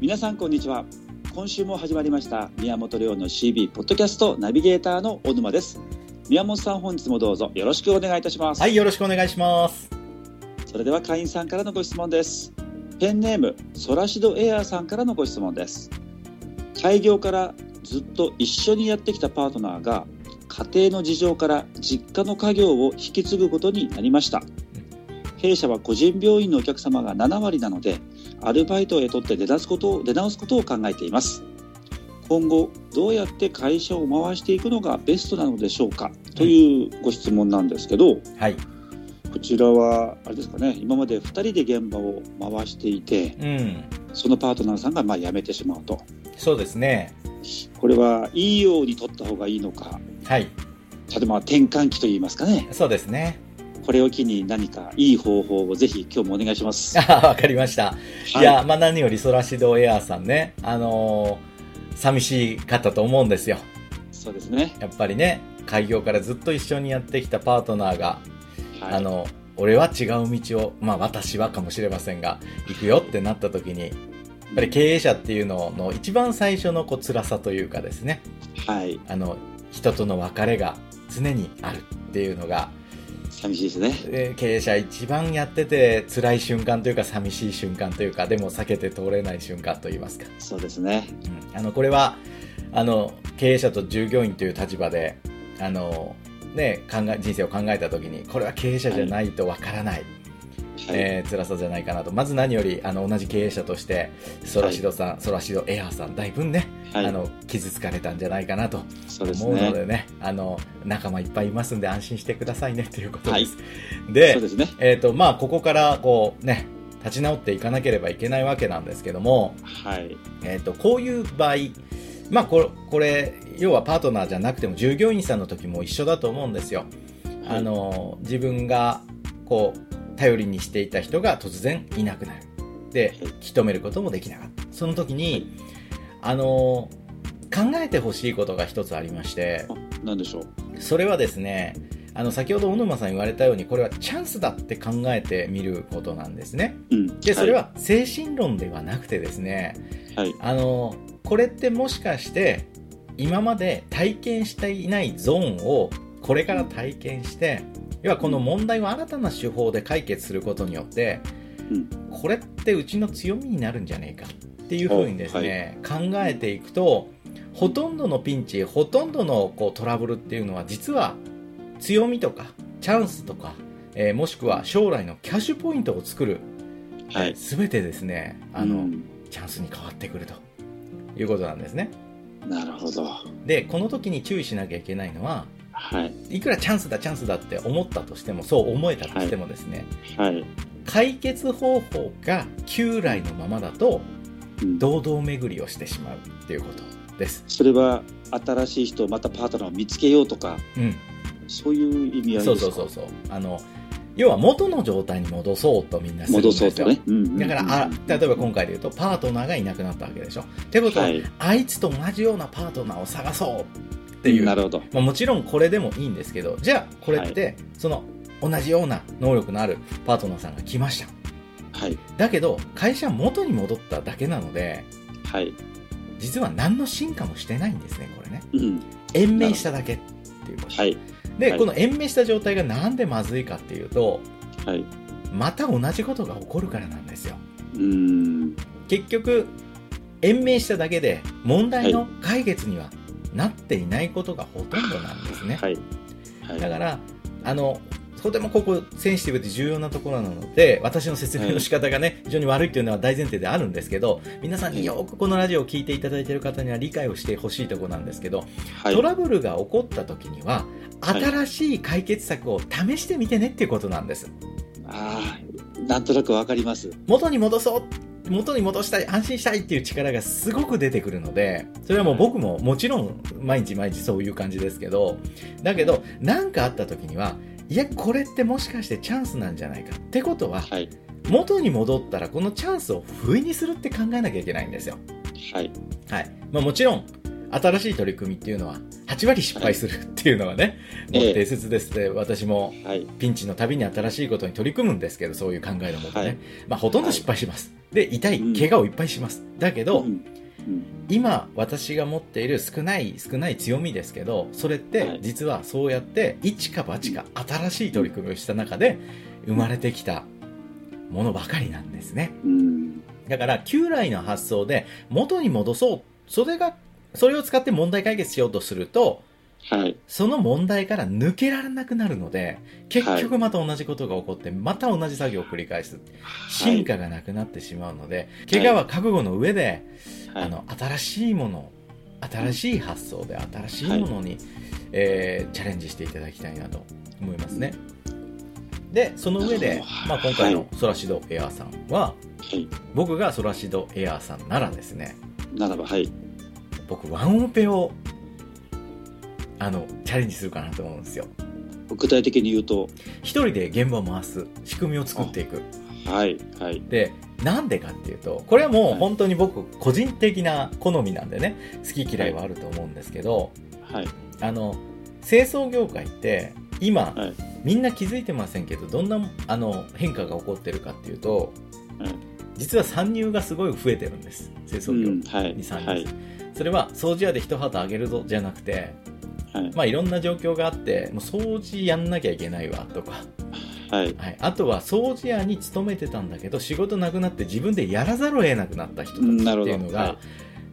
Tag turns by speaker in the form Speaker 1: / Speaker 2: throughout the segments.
Speaker 1: 皆さんこんにちは今週も始まりました宮本亮の CB ポッドキャストナビゲーターの小沼です宮本さん本日もどうぞよろしくお願いいたします
Speaker 2: はい、よろしくお願いします。
Speaker 1: それでは会員さんからのご質問ですペンネームソラシドエアーさんからのご質問です開業からずっと一緒にやってきたパートナーが家庭の事情から実家の家業を引き継ぐことになりました弊社は個人病院のお客様が7割なのでアルバイトへとって出直すことを出直すことを考えています今後どうやって会社を回していくのがベストなのでしょうかというご質問なんですけど、
Speaker 2: はい。
Speaker 1: こちらはあれですかね今まで2人で現場を回していて
Speaker 2: うん。
Speaker 1: そのパートナーさんがまあ辞めてしまうと
Speaker 2: そうですね。
Speaker 1: これはいいように取った方がいいのか
Speaker 2: はい。
Speaker 1: 例えば転換期といいますかね
Speaker 2: そうですね。
Speaker 1: これを機に何かいい方法をぜひ今日もお願いします。
Speaker 2: あ あ、わかりました。い、
Speaker 1: はい
Speaker 2: や、まあ、何よりソラシドエアーさんね、あのー寂しかったと思うんですよ。
Speaker 1: そうですね、
Speaker 2: やっぱりね、開業からずっと一緒にやってきたパートナーが、
Speaker 1: はい、
Speaker 2: あの、俺は違う道を、まあ、私はかもしれませんが、行くよってなった時に、やっぱり経営者っていうのの一番最初のこう辛さというかですね、
Speaker 1: はい
Speaker 2: あの、人との別れが常にあるっていうのが、
Speaker 1: 寂しいですね。
Speaker 2: えー経営者一番やってて辛い瞬間というか寂しい瞬間というかでも避けて通れない瞬間といいますか、
Speaker 1: そうですね。
Speaker 2: うんあのこれはあの経営者と従業員という立場であの、ね、考え人生を考えた時にこれは経営者じゃないとわからない、
Speaker 1: はい、
Speaker 2: えー辛さじゃないかなとまず何よりあの同じ経営者としてソラシドさん、ソラシドエアーさんだいぶんね、
Speaker 1: はい
Speaker 2: あの傷つかれたんじゃないかなと
Speaker 1: そうです
Speaker 2: 思うの
Speaker 1: ね。
Speaker 2: でねあの仲間いっぱいいますんで安心してくださいねということです。
Speaker 1: そうですね。
Speaker 2: えーとまあ、ここからこう、ね、立ち直っていかなければいけないわけなんですけども、
Speaker 1: はい、
Speaker 2: えー、とこういう場合、まあ、これこれ要はパートナーじゃなくても従業員さんの時も一緒だと思うんですよ。あの自分がこう頼りにしていた人が突然いなくなるで
Speaker 1: はい
Speaker 2: 引き止めることもできなかったその時にあの考えてほしいことが一つありまして
Speaker 1: あ、なんでしょう。
Speaker 2: それはですねあの先ほど小沼さん言われたようにこれはチャンスだって考えてみることなんですね
Speaker 1: うん、
Speaker 2: でそれは精神論ではなくてですね
Speaker 1: はい、
Speaker 2: あのこれってもしかして今まで体験していないゾーンをこれから体験して要はこの問題を新たな手法で解決することによって、
Speaker 1: うん
Speaker 2: これってうちの強みになるんじゃねえかっていうふうにですね、考えていくとほとんどのピンチほとんどのこうトラブルっていうのは実は強みとかチャンスとか、えーもしくは将来のキャッシュポイントを作る、
Speaker 1: はい、
Speaker 2: 全てですねあの、
Speaker 1: うん
Speaker 2: チャンスに変わってくるということなんですね。
Speaker 1: なるほど。
Speaker 2: で、この時に注意しなきゃいけないのは、
Speaker 1: はい、
Speaker 2: いくらチャンスだチャンスだって思ったとしても、そう思えたとしてもですね、
Speaker 1: はい、
Speaker 2: 解決方法が旧来のままだと、
Speaker 1: うん
Speaker 2: 堂々巡りをしてしまうっていうことです。
Speaker 1: それは新しい人、またパートナーを見つけようとか、
Speaker 2: うん。
Speaker 1: そういう意味合いですか。
Speaker 2: そうそうそうそう。あの、要は元の状態に戻そうとみんなするんで
Speaker 1: 戻
Speaker 2: す
Speaker 1: そ
Speaker 2: よ。
Speaker 1: うとね。うんうんうん
Speaker 2: だから、あ、例えば今回で言うと、パートナーがいなくなったわけでしょ。ってことは、
Speaker 1: はい、
Speaker 2: あいつと同じようなパートナーを探そうっていう
Speaker 1: なるほど。
Speaker 2: まあ、もちろんこれでもいいんですけどじゃあこれって、その同じような能力のあるパートナーさんが来ました
Speaker 1: はい、
Speaker 2: だけど会社元に戻っただけなので
Speaker 1: はい、
Speaker 2: 実は何の進化もしてないんですねこれね
Speaker 1: うん、
Speaker 2: 延命しただけっていうこと
Speaker 1: はい、
Speaker 2: で、
Speaker 1: はい
Speaker 2: この延命した状態がなんでまずいかっていうと
Speaker 1: はい、
Speaker 2: また同じことが起こるからなんですよ
Speaker 1: うん、
Speaker 2: 結局延命しただけで問題の解決にはなっていないことがほとんどなんですね、
Speaker 1: はい、はい、
Speaker 2: だから、あの、とてもここセンシティブで重要なところなので、私の説明の仕方がね、非常に悪いというのは大前提であるんですけど、皆さんによくこのラジオを聞いていただいている方には理解をしてほしいところなんですけど、
Speaker 1: はい
Speaker 2: トラブルが起こった時には、
Speaker 1: い
Speaker 2: 新しい解決策を試してみてねっていうことなんです。
Speaker 1: ああ、なんとなくわかります。
Speaker 2: 元に戻そう元に戻したい、安心したいっていう力がすごく出てくるので、それはもう僕ももちろん毎日毎日そういう感じですけど、だけど何かあった時には、いや、これってもしかしてチャンスなんじゃないかってことは、
Speaker 1: はい、
Speaker 2: 元に戻ったらこのチャンスを不意にするって考えなきゃいけないんですよ。
Speaker 1: はい、
Speaker 2: はい。まあもちろん、新しい取り組みっていうのは8割失敗するっていうのはね、
Speaker 1: ええ
Speaker 2: もう定説ですで、私も
Speaker 1: はい。
Speaker 2: ピンチのたびに新しいことに取り組むんですけどそういう考えのもとね、
Speaker 1: はい
Speaker 2: まあ、ほとんど失敗します、で痛い
Speaker 1: うん
Speaker 2: 怪我をいっぱいします、だけど、
Speaker 1: うん
Speaker 2: 今私が持っている少ない少ない強みですけどそれっ
Speaker 1: は
Speaker 2: て
Speaker 1: い
Speaker 2: 実はそうやって一か八か新しい取り組みをした中で生まれてきたものばかりなんですね
Speaker 1: うん。
Speaker 2: だから旧来の発想で元に戻そうそれがそれを使って問題解決しようとすると
Speaker 1: はい。
Speaker 2: その問題から抜けられなくなるので結局また同じことが起こってまた同じ作業を繰り返す進化がなくなってしまうので怪我は覚悟の上で、
Speaker 1: はい。
Speaker 2: あの新しいもの新しい発想で新しいものに、えーチャレンジしていただきたいなと思いますね。でその上
Speaker 1: な
Speaker 2: で
Speaker 1: るほ、ど
Speaker 2: まあ、今回
Speaker 1: は
Speaker 2: の
Speaker 1: い
Speaker 2: ソラシドエアーさんは、
Speaker 1: はい。
Speaker 2: 僕がソラシドエアーさんならですね
Speaker 1: ならば、はい。
Speaker 2: 僕ワンオペをあのチャレンジするかなと思うんですよ。
Speaker 1: 具体的に言うと、
Speaker 2: 一人で現場を回す仕組みを作っていく
Speaker 1: はい。はい。
Speaker 2: でなんでかっていうとこれはもう
Speaker 1: はい
Speaker 2: 本当に僕個人的な好みなんでね好き嫌いはあると思うんですけど、
Speaker 1: はい。
Speaker 2: あの清掃業界って今、
Speaker 1: はい
Speaker 2: みんな気づいてませんけどどんなあの変化が起こってるかっていうと、
Speaker 1: はい
Speaker 2: 実は参入がすごい増えてるんです清掃業
Speaker 1: ん。はい。
Speaker 2: に参入、
Speaker 1: はい。
Speaker 2: それは掃除屋で一旗あげるぞじゃなくて、
Speaker 1: はい。
Speaker 2: まあ、いろんな状況があってもう掃除やんなきゃいけないわとか、
Speaker 1: はい。
Speaker 2: はい、あとは掃除屋に勤めてたんだけど仕事なくなって自分でやらざるを得なくなった人たちって
Speaker 1: なるほど
Speaker 2: いうのが、
Speaker 1: はい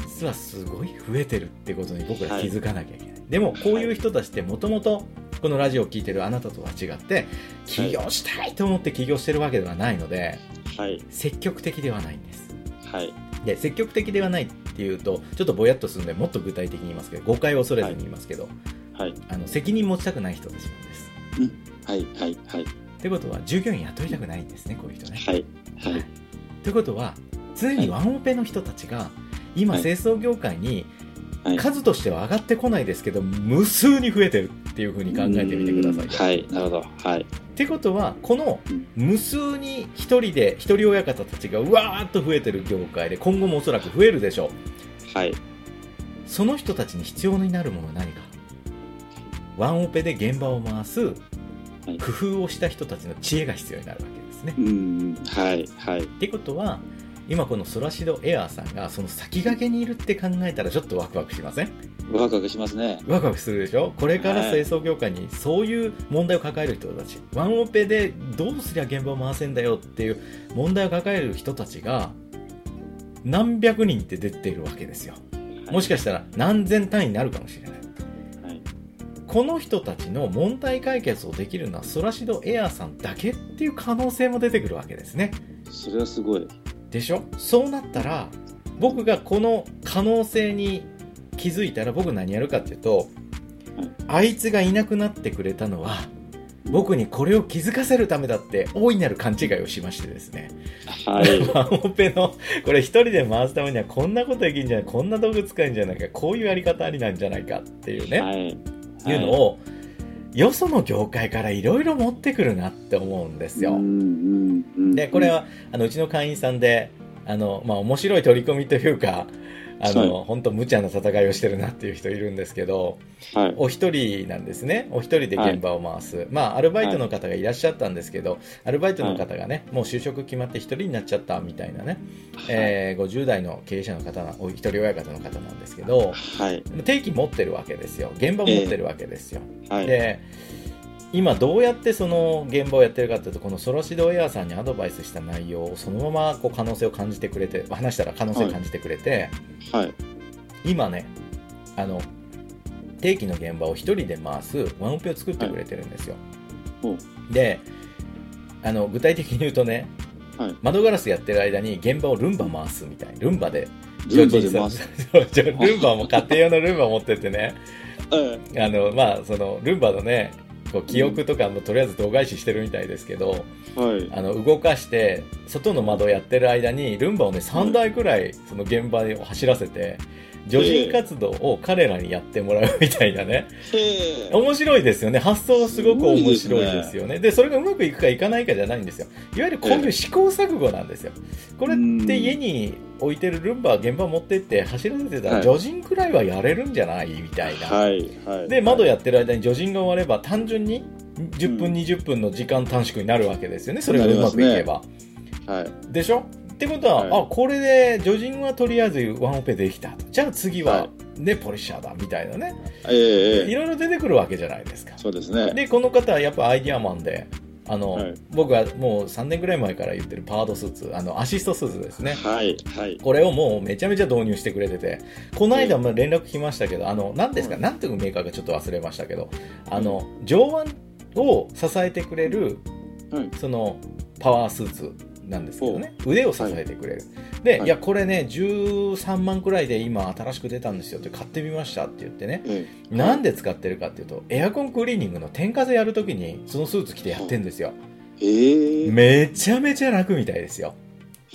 Speaker 2: 実はすごい増えてるってことに僕ら気づかなきゃいけない、でもこういう人たちってもともとこのラジオを聞いてるあなたとは違って起業したいと思って起業してるわけではないので
Speaker 1: はい。
Speaker 2: 積極的ではないんです
Speaker 1: はい。
Speaker 2: で積極的ではないっていうとちょっとぼやっとするのでもっと具体的に言いますけど誤解を恐れずに言いますけど、
Speaker 1: はい。
Speaker 2: あの責任持ちたくない人たちなんです
Speaker 1: はい。はい。はい。
Speaker 2: ってことは従業員雇いたくないんですねこういう人ね
Speaker 1: はい。はい。
Speaker 2: ということは常にワンオペの人たちが今
Speaker 1: はい
Speaker 2: 清掃業界に
Speaker 1: はい
Speaker 2: 数としては上がってこないですけど無数に増えてるっていうふうに考えてみてくださいと。
Speaker 1: はい。なるほど。はい。
Speaker 2: ってことはこの
Speaker 1: うん
Speaker 2: 無数に一人で一人親方たちがうわーっと増えてる業界で今後もおそらく増えるでしょう
Speaker 1: はい。
Speaker 2: その人たちに必要になるものは何かワンオペで現場を回す工
Speaker 1: い
Speaker 2: 夫をした人たちの知恵が必要になるわけですね。
Speaker 1: うん。はい。はい。
Speaker 2: ってことは今このソラシドエアーさんがその先駆けにいるって考えたらちょっとワクワクしません
Speaker 1: ワクワクしますね。
Speaker 2: ワクワクするでしょこれから清掃業界にそういう問題を抱える人たちワンオペでどうすりゃ現場を回せんだよっていう問題を抱える人たちが何百人って出ているわけですよもしかしたら何千単位になるかもしれない
Speaker 1: はい。
Speaker 2: この人たちの問題解決をできるのはソラシドエアーさんだけっていう可能性も出てくるわけですね
Speaker 1: それはすごい。
Speaker 2: でしょそうなったら僕がこの可能性に気づいたら僕何やるかっていうと、
Speaker 1: うん
Speaker 2: あいつがいなくなってくれたのは僕にこれを気づかせるためだって大いなる勘違いをしましてですね、
Speaker 1: はい。
Speaker 2: ワンオペのこれ一人で回すためにはこんなことできるんじゃないこんな道具使えるんじゃないかこういうやり方ありなんじゃないかっていうね、
Speaker 1: はい。
Speaker 2: い、うの
Speaker 1: を
Speaker 2: をよその業界からいろいろ持ってくるなって思うんですよ。でこれはあのうちの会員さんであの、まあ、面白い取り組みというかあの、本当無茶な戦いをしてるなっていう人いるんですけど
Speaker 1: はい。
Speaker 2: お一人なんですねお一人で現場を回す、まあアルバイトの方がいらっしゃったんですけど、アルバイトの方がね、もう就職決まって一人になっちゃったみたいなね、えー50代の経営者の方なお一人親方の方なんですけど
Speaker 1: はい。
Speaker 2: 定期持ってるわけですよ現場持ってるわけですよ、
Speaker 1: はい。
Speaker 2: で今どうやってその現場をやってるかというとこのソロシドエアーさんにアドバイスした内容をそのままこう可能性を感じてくれて話したら可能性を感じてくれて、
Speaker 1: はい。
Speaker 2: 今ねあの定期の現場を一人で回すワンオペを作ってくれてるんですよ、
Speaker 1: ほ
Speaker 2: であの具体的に言うとね、
Speaker 1: はい
Speaker 2: 窓ガラスやってる間に現場をルンバ回すみたいルンバで
Speaker 1: ルンバで回す。
Speaker 2: そうじゃあルンバも家庭用のルンバ持ってってね
Speaker 1: え
Speaker 2: あのまあそのルンバのねこう記憶とかもとりあえず度外視してるみたいですけど、
Speaker 1: えはい。
Speaker 2: あの動かして外の窓をやってる間にルンバをね3台くらいその現場を走らせて助人活動を彼らにやってもらうみたいなね、
Speaker 1: へえ。
Speaker 2: 面白いですよね発想すごく面
Speaker 1: すご
Speaker 2: 白
Speaker 1: いで
Speaker 2: い
Speaker 1: すね
Speaker 2: ですよねでそれがうまくいくかいかないかじゃないんですよいわゆるこういう試行錯誤なんですよこれって家に置いてるルンバ現場持ってって走らせてたら、
Speaker 1: はい
Speaker 2: 除塵くらいはやれるんじゃないみたいな、
Speaker 1: はいはい
Speaker 2: で窓やってる間に除塵が終われば単純に10分、20分の時間短縮になるわけですよねそれがうまくいけば、
Speaker 1: はい
Speaker 2: でしょってことは、
Speaker 1: はい
Speaker 2: あこれで除塵はとりあえずワンオペできたじゃあ次は、
Speaker 1: はい
Speaker 2: ねポリッシャーだみたいなね
Speaker 1: えええ
Speaker 2: い
Speaker 1: え
Speaker 2: ろいろ出てくるわけじゃないですか
Speaker 1: そうですね
Speaker 2: でこの方はやっぱアイディアマンであの、
Speaker 1: はい
Speaker 2: 僕はもう3年ぐらい前から言ってるパードスーツあのアシストスーツですね
Speaker 1: はいはい
Speaker 2: これをもうめちゃめちゃ導入してくれててこの間も連絡来ましたけどあの何ですか、
Speaker 1: うん
Speaker 2: なんていうメーカーかちょっと忘れましたけどあの上腕を支えてくれる、
Speaker 1: はい
Speaker 2: そのパワースーツなんですけどね腕を支えてくれる、
Speaker 1: は
Speaker 2: で、
Speaker 1: い
Speaker 2: い、やこれね13万くらいで今新しく出たんですよって買ってみましたって言ってね
Speaker 1: ええ
Speaker 2: なんで使ってるかっていうとエアコンクリーニングの天風やるときにそのスーツ着てやってんですよ
Speaker 1: ええ
Speaker 2: めちゃめちゃ楽みたいですよ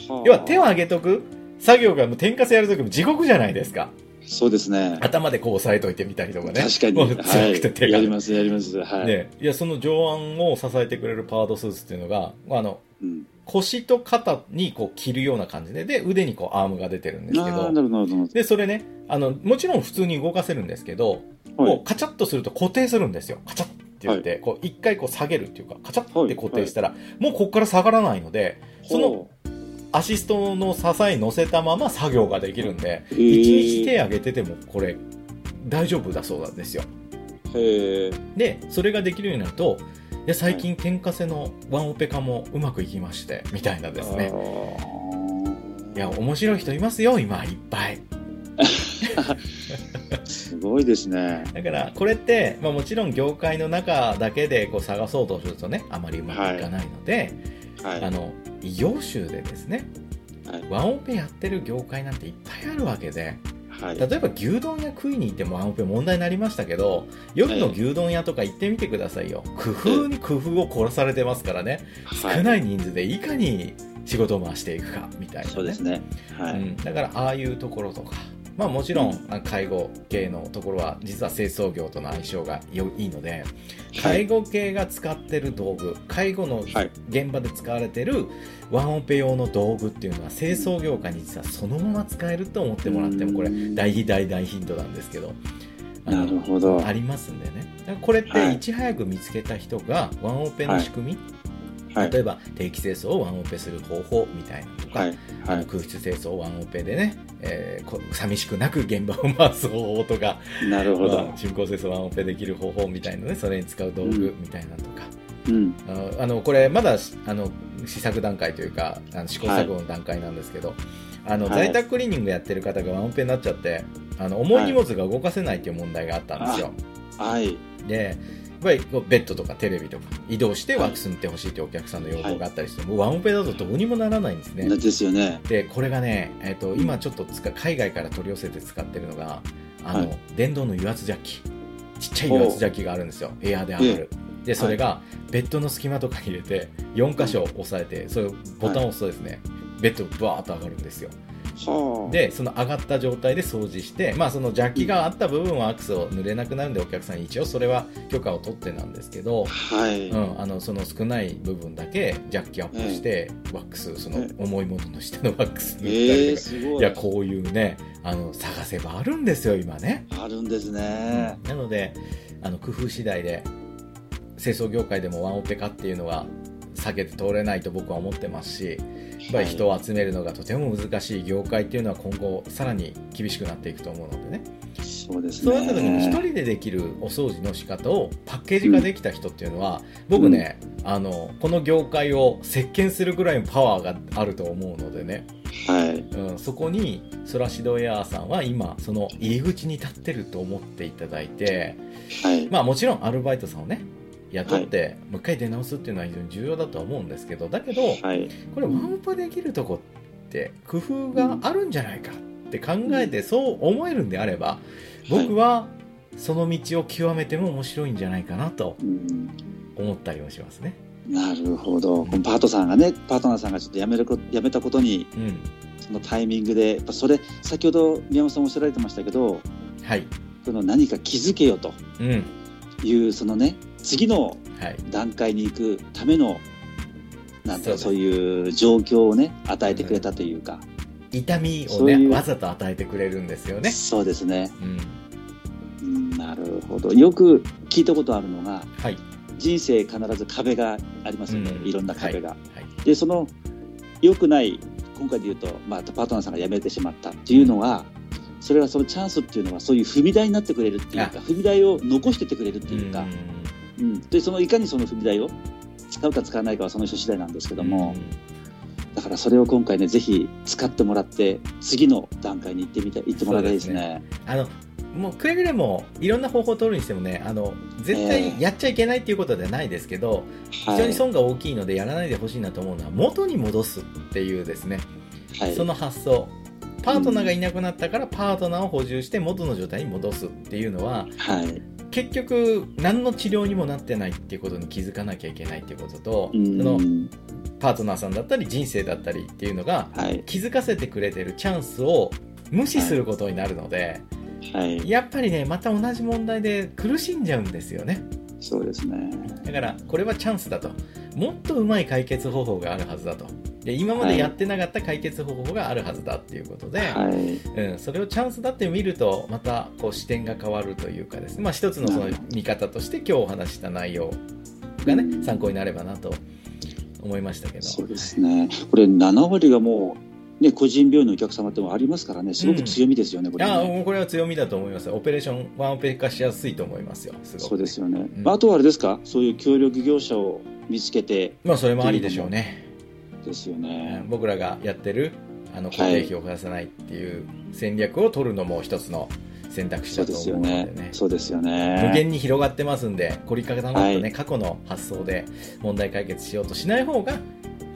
Speaker 1: はあ
Speaker 2: 要は手を上げとく作業がもう天風やるときも地獄じゃないですか
Speaker 1: そうですね
Speaker 2: 頭でこう押さえといてみたりとかね
Speaker 1: 確か
Speaker 2: もう
Speaker 1: に
Speaker 2: 辛くて
Speaker 1: は
Speaker 2: 手
Speaker 1: い
Speaker 2: が、
Speaker 1: やりますやりますはい、
Speaker 2: ね、いやその上腕を支えてくれるパードスーツっていうのがあの
Speaker 1: うん、
Speaker 2: 腰と肩にこう着るような感じでで腕にこうアームが出てるんですけ
Speaker 1: ああ
Speaker 2: ど
Speaker 1: なるほどなるほ
Speaker 2: でそれねあのもちろん普通に動かせるんですけど
Speaker 1: どはい
Speaker 2: こ
Speaker 1: う
Speaker 2: カチャッとすると固定するんですよ。カチャッって言って、こう一回こう下げるっていうか、カチャッって固定したら、もうここから下がらないので、その
Speaker 1: ほ
Speaker 2: アシストの支えに乗せたまま作業ができるんで、
Speaker 1: う
Speaker 2: 一日
Speaker 1: へ
Speaker 2: 手上げててもこれ大丈夫だそうなんですよ。
Speaker 1: えへえ
Speaker 2: で、それができるようになると、いや最近天かせのワンオペ化もうまくいきまして、みたいなですね。
Speaker 1: あ
Speaker 2: いや、面白い人いますよ、今いっぱい。
Speaker 1: あすごいですね
Speaker 2: だから、これって、まあもちろん業界の中だけでこう探そうとするとね、あまりうまくいかないので、
Speaker 1: はい
Speaker 2: あの異業種でですね、
Speaker 1: はい
Speaker 2: ワンオペやってる業界なんていっぱいあるわけで
Speaker 1: はい
Speaker 2: 例えば牛丼屋食いに行ってもワンオペ問題になりましたけど夜の牛丼屋とか行ってみてくださいよ工夫に工夫を凝らされてますからね
Speaker 1: は
Speaker 2: 少ない人数でいかに仕事を回していくかみたいな、ね
Speaker 1: そうですねは
Speaker 2: う
Speaker 1: い、
Speaker 2: ん、だからああいうところとか、まあ、もちろん、
Speaker 1: う
Speaker 2: あ介護系のところは実は清掃業との相性が良いいので
Speaker 1: は
Speaker 2: 介
Speaker 1: い
Speaker 2: 護系が使ってる道具介護の
Speaker 1: はい
Speaker 2: 現場で使われてるワンオペ用の道具っていうのは清掃業界に実はそのまま使えると思ってもらってもこれ
Speaker 1: うん
Speaker 2: 大非大大ヒントなんですけどあ
Speaker 1: な
Speaker 2: の
Speaker 1: るほど
Speaker 2: ありますんでねだからこれっ
Speaker 1: は
Speaker 2: て
Speaker 1: い
Speaker 2: いち早く見つけた人がワンオペの仕組
Speaker 1: は
Speaker 2: み、
Speaker 1: い
Speaker 2: 例えば定期清掃をワンオペする方法みたいなのとか、
Speaker 1: はい
Speaker 2: あ
Speaker 1: は
Speaker 2: の空室清掃をワンオペでね、えーこ寂しくなく現場を回す方法とか
Speaker 1: いなるほど
Speaker 2: まあ人工清掃ワンオペできる方法みたいなねそれに使う道具みたいなのとか、
Speaker 1: うん
Speaker 2: ああのこれまだしあの試作段階というかあの試行錯誤の段階なんですけど、あの
Speaker 1: はい
Speaker 2: 在宅クリーニングやってる方がワンオペになっちゃってあの重い荷物が動かせないっていう問題があったんですよ、
Speaker 1: はい
Speaker 2: でやっぱりこうベッドとかテレビとか移動してワックス塗ってほしいってお客さんの要望があったりして、もうワンオペだとどうにもならないんですね、
Speaker 1: なですよね
Speaker 2: でこれがね、えっと今ちょっと使海外から取り寄せて使ってるのがあの、
Speaker 1: は
Speaker 2: 電動の油圧ジャッキちっちゃい油圧ジャッキがあるんですよエアーで上がる、でそれがベッドの隙間とかに入れて4箇所押さえてそれをボタンを押すとですね、ベッドブワーッと上がるんですよ
Speaker 1: はあ
Speaker 2: でその上がった状態で掃除して、まあ、そのジャッキがあった部分はアクセを塗れなくなるんでお客さんに一応それは許可を取ってなんですけど、
Speaker 1: はい、
Speaker 2: うん、あのその少ない部分だけジャッキアップして、ワックスその
Speaker 1: え
Speaker 2: 重いものの下のワックス塗った
Speaker 1: え
Speaker 2: り
Speaker 1: え
Speaker 2: とか、
Speaker 1: すごい
Speaker 2: いやこういうねあの探せばあるんですよ今ね、
Speaker 1: あるんですね、
Speaker 2: なのであの工夫次第で清掃業界でもワンオペ化っていうのは避けて通れないと僕は思ってますし、やっぱり人を集めるのがとても難しい業界っていうのは今後さらに厳しくなっていくと思うのでね
Speaker 1: そうです
Speaker 2: そう
Speaker 1: ね
Speaker 2: なった時に一人でできるお掃除の仕方をパッケージ化できた人っていうのは、僕ね、あのこの業界を席巻するぐらいのパワーがあると思うのでね、
Speaker 1: はい
Speaker 2: うん、そこにソラシドエアーさんは今その入り口に立ってると思っていただいて
Speaker 1: はい、
Speaker 2: まあもちろんアルバイトさんをね雇って、もう一回出直すっていうのは非常に重要だとは思うんですけどだけど
Speaker 1: はい
Speaker 2: これワンオペできるとこって工夫があるんじゃないかって考えてそう思えるんであれば僕はその道を極めても面白いんじゃないかなと
Speaker 1: うん
Speaker 2: 思ったりもしますね。
Speaker 1: なるほどこのパートさんがねパートナーさんがちょっと辞めるこ辞めたことに
Speaker 2: うん、
Speaker 1: そのタイミングでやっぱそれ先ほど宮本さんおっしゃられてましたけど
Speaker 2: はい、
Speaker 1: その何か気づけよと
Speaker 2: うん、
Speaker 1: いうそのね次の
Speaker 2: はい、
Speaker 1: 段階に行くためのなんていうかそ
Speaker 2: そううです
Speaker 1: いう状況をね与えてくれたというか、
Speaker 2: 痛みを
Speaker 1: そうい
Speaker 2: ね
Speaker 1: う
Speaker 2: わざと与えてくれるんですよね、
Speaker 1: そうですね。
Speaker 2: うん、
Speaker 1: うんなるほど。よく聞いたことあるのが、
Speaker 2: はい
Speaker 1: 人生必ず壁がありますよね。
Speaker 2: うん
Speaker 1: いろんな壁が。
Speaker 2: はい
Speaker 1: で、その良くない、今回で言うと、まあ、パートナーさんが辞めてしまったっていうのは、それはそのチャンスっていうのはそういう踏み台になってくれるっていうか、踏み台を残してってくれるっていうか、うん、でそのいかにその踏み台を使うか使わないかはその人次第なんですけども、だからそれを今回ねぜひ使ってもらって次の段階に行ってみたい行ってもらいたいですね
Speaker 2: あのもうくれぐれもいろんな方法を取るにしてもねあの絶
Speaker 1: え
Speaker 2: 対
Speaker 1: え
Speaker 2: やっちゃいけないっていうことではないですけど、非
Speaker 1: は
Speaker 2: 常に
Speaker 1: い
Speaker 2: 損が大きいのでやらないでほしいなと思うのは元に戻すっていうですね、
Speaker 1: はい
Speaker 2: その発想パートナーがいなくなったからパートナーを補充して元の状態に戻すっていうのは
Speaker 1: はい
Speaker 2: 結局何の治療にもなってないっていうことに気づかなきゃいけないっていうことと、
Speaker 1: う
Speaker 2: その
Speaker 1: ん
Speaker 2: パートナーさんだったり人生だったりっていうのが
Speaker 1: はい
Speaker 2: 気づかせてくれてるチャンスを無視することになるので、
Speaker 1: はい
Speaker 2: やっぱりねまた同じ問題で苦しんじゃうんですよね
Speaker 1: そうですね
Speaker 2: だからこれはチャンスだともっとうまい解決方法があるはずだとで今までやってなかった解決方法があるはずだっていうことで、
Speaker 1: はい
Speaker 2: うん、それをチャンスだって見るとまたこう視点が変わるというかですね、まあ、一つのその見方として今日お話しした内容が
Speaker 1: う
Speaker 2: ね
Speaker 1: ん
Speaker 2: 参考になればなと思いましたけど
Speaker 1: そうですねこれ7割がもうね個人病院のお客様でもありますからねすごく強みですよね、これ
Speaker 2: あ
Speaker 1: ね
Speaker 2: もうこれは強みだと思いますオペレーションワンオペ化しやすいと思いますよすごく
Speaker 1: そうですよね、
Speaker 2: ん
Speaker 1: まあ、あとはあれですかそういう協力業者を見つけて
Speaker 2: まあそれもありでしょうね
Speaker 1: ですよね、
Speaker 2: 僕らがやってるあの固定費を増やさないっていう戦略を取るのも一つの選択肢
Speaker 1: そ
Speaker 2: だ
Speaker 1: うで
Speaker 2: と
Speaker 1: す
Speaker 2: 思
Speaker 1: よ
Speaker 2: うので
Speaker 1: ね
Speaker 2: ね
Speaker 1: そうですよ
Speaker 2: 無
Speaker 1: ね
Speaker 2: 限に広がってますんで凝り固まったね、
Speaker 1: はい
Speaker 2: 過去の発想で問題解決しようとしない方が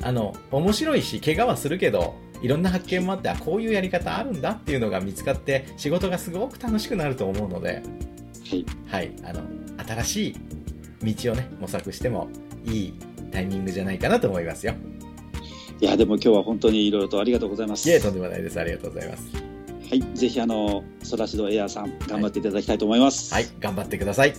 Speaker 2: あの面白いし怪我はするけどいろんな発見もあってあこういうやり方あるんだっていうのが見つかって仕事がすごく楽しくなると思うので、
Speaker 1: はい
Speaker 2: はい、あの新しい道をね模索してもいいタイミングじゃないかなと思いますよ。
Speaker 1: いやでも今日は本当にいろいろとありがとうございます。
Speaker 2: いえとんでもないですありがとうございます。
Speaker 1: はい、ぜひあのソラシドエアーさん頑張っていただきたいと思います。
Speaker 2: はい、頑張ってください。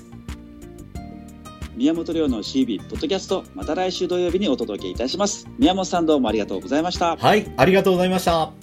Speaker 1: 宮本亮の CB ポッドキャストまた来週土曜日にお届けいたします。宮本さんどうもありがとうございました。
Speaker 2: はい、ありがとうございました。